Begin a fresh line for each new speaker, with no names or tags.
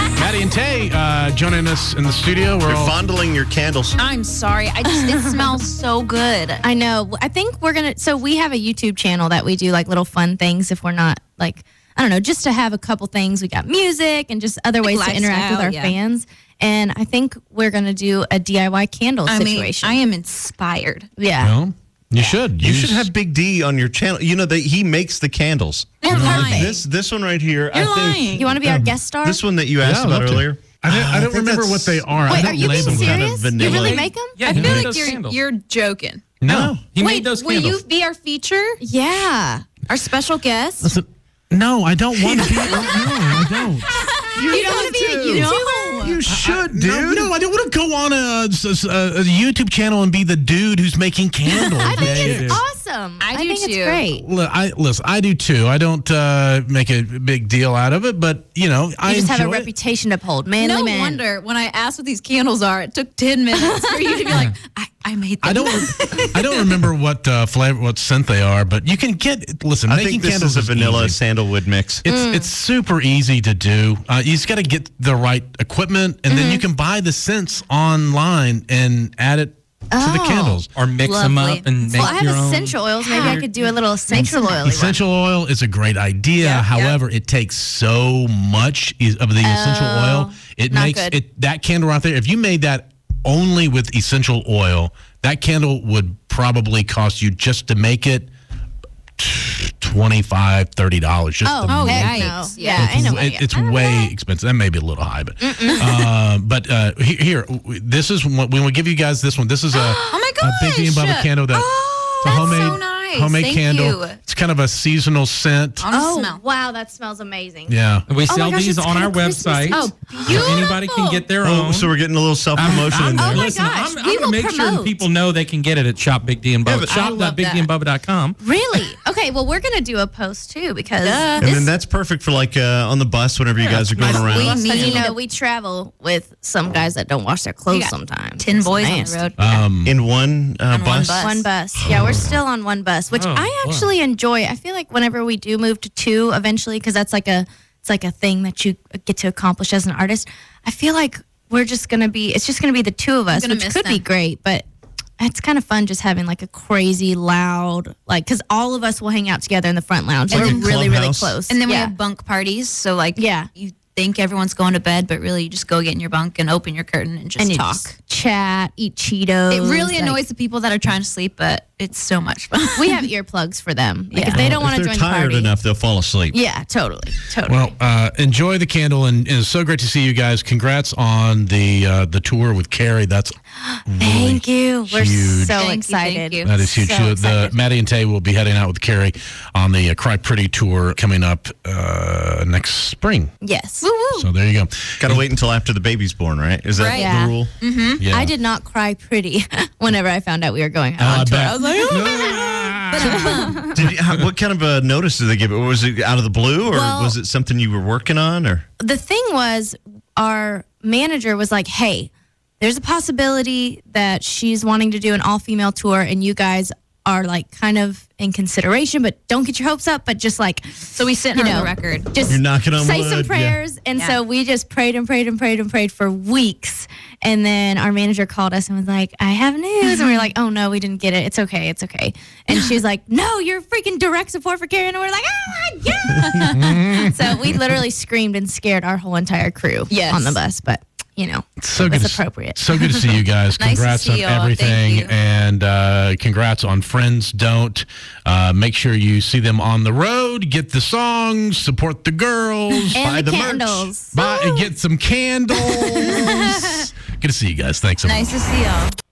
Maddie and Tay uh, joining us in the studio. We're
You're
all,
fondling your candles.
I'm sorry. I just it smells so good.
I know. I think we're gonna. So we have a YouTube channel that we do like little fun things if we're not like I don't know, just to have a couple things. We got music and just other ways to interact with
lifestyle,
our
yeah.
fans. And I think we're gonna do a DIY candle
I mean,
situation.
I am inspired.
yeah.
Well, you should.
You
Use-
should have Big D on your channel. You know that he makes the candles.
You're lying.
This this one right here. I
You're
think
lying.
You want to be our guest star?
this one that you
Yeah,
asked
I'd
about
love to.
earlier. Oh,
I don't, Oh, I
I
don't
think
remember
that's-
what they are. I
Wait,
think
are you being
label
serious?
them.
kind of
you
vanilla.
really make them?
I
he
feel
made
like
those
you're
candles.
you're joking.
No.
He
Wait,
made those
will
candles.
you be our feature?
Yeah. Our special guest.
Listen, no, I don't want to be. no, I don't.
You,
don't wanna be a
do.
YouTuber?
You should, dude.
No, no, I don't want to go on a, s- s- a- a YouTube channel and be the dude who's making candles.
I think
Yeah, you
it's
do.
awesome.
I do
think it's
too.
great.
Look, I listen. I do too. I don't uh, make a big deal out of it, but you know, I
You just have a
enjoy it.
reputation to uphold. Manly
no
man.
wonder when I asked what these candles are, it took ten minutes for you to be like, I, I made. Them.
I don't. re- I don't remember what uh, flavor, what scent they are, but you can get. Listen,
I
making
think this
candles
is a vanilla
easy.
sandalwood mix.
It's it's super easy to do. Uh, you just got to get the right equipment, and then you can buy the scents online and add it to the candles.
or mix them
Lovely.
up and make
Well, I have
your own.
essential oils. Maybe I could do a little essential oily one.
Essential oil is a great idea.
Yeah, yeah.
However, it takes so much is- of the essential oil. It
Oh, not
makes
good.
it that candle out there. If you made that only with essential oil, that candle would probably cost you just to make it $25, $30 just to
oh,
make
yeah.
it.
heck no.
Yikes.
Yeah, I know.
It- it's way expensive. That may be a little high, but uh, but uh, he- here, w- w- this is what we will give you guys. This one, this is a
Oh my
a Big D and Bubba
gosh.
candle that
Oh,
it's a
that's
homemade
so nice.
homemade
Thank
candle.
you.
It's kind of a seasonal scent.
I wanna
Oh,
smell.
wow. That smells amazing.
Yeah,
We
Oh my
sell
gosh,
these
it's
on
kinda
our
Christmas.
website.
Oh,
so anybody can
beautiful.
get their
Oh,
own.
so we're getting a little self promotion in there.
Oh my
listen,
gosh,
I'm,
we
I'm
will
gonna make sure
promote.
people know they can get it at Shop Big D and
Yeah,
Bubba.
but-
I love that.
Shop.bigdandbubba.com.
Really? Okay. Well, we're gonna do a post too because
and
this,
then that's perfect for like uh, on the bus whenever you guys are going around.
Well,
we,
that's
you
nice.
know, we travel with some guys that don't wash their clothes
got
sometimes.
Ten
It's
boys on
nasty.
the
Uh,
road.
Um,
in one, uh, bus.
bus.
One bus. Yeah, we're still on one bus, which
Oh,
I
wow.
actually enjoy. I feel like whenever we do move to two eventually, because that's like a it's like a thing that you get to accomplish as an artist. I feel like we're just gonna be it's just gonna be the two of us,
gonna
which
miss
could be
them.
great, but it's kind of fun just having like a crazy loud like because all of us will hang out together in the front lounge.
Like
we're
a
really really
clubhouse?
close,
And then we
Yeah.
have bunk parties. So like,
Yeah.
you think everyone's going to bed, but really you just go get in your bunk and open your curtain and just
and you
talk.
just chat, eat Cheetos.
it really
like-
annoys the people that are trying to sleep, but it's so much fun.
we have earplugs for them. Like,
Yeah.
If they don't
Oh, If
want to
they're
join
tired
the party,
enough, they'll fall asleep.
yeah, totally, totally.
Well, uh, enjoy the candle, and, and it's so great to see you guys. Congrats on the uh, the tour with Carrie. That's
Thank you. We're
huge.
so
Thank you,
excited.
thank you.
that is huge.
So
The- the
excited.
Maddie and Tay will be heading out with Carrie on the uh, Cry Pretty tour coming up uh, next spring.
Yes.
So there you go.
Gotta wait until after the baby's born, right? Is that
Right.
Yeah.
the rule?
Yeah.
Mm-hmm.
Uh,
I did not cry pretty whenever I found out we were going out on
I
tour.
bet.
I was like, oh.
Did you, how, what kind of a notice did they give? it? Was it out of the blue, or
Well-
was it something you were working on? Or
the thing was, our manager was like, hey, there's a possibility that she's wanting to do an all female tour, and you guys are like kind of in consideration, but don't get your hopes up, but just like,
so we sent
you
her
know,
the record.
Just
You're knocking on
say
wood,
some
yeah.
prayers, and
Yeah.
so we just prayed and prayed and prayed and prayed for weeks. And then our manager called us and was like, "I have news," and we were like, "Oh no, we didn't get it. It's okay, it's okay." And she was like, "No, you're freaking direct support for Karen," and we're like, "Oh my god!" so we literally screamed and scared our whole entire crew
Yes.
on the bus, but you know,
so
it
good to s-
was appropriate.
So good to see you guys.
Nice to
Congrats
see
on
y'all. Thank
everything,
you.
and uh, congrats on Friends Don't. Uh, make sure you see them on the road. Get the songs. Support the girls.
And
Buy
the,
the merch.
candles.
buy, get some candles. good to see you guys. Thanks. everyone.
Nice to see y'all.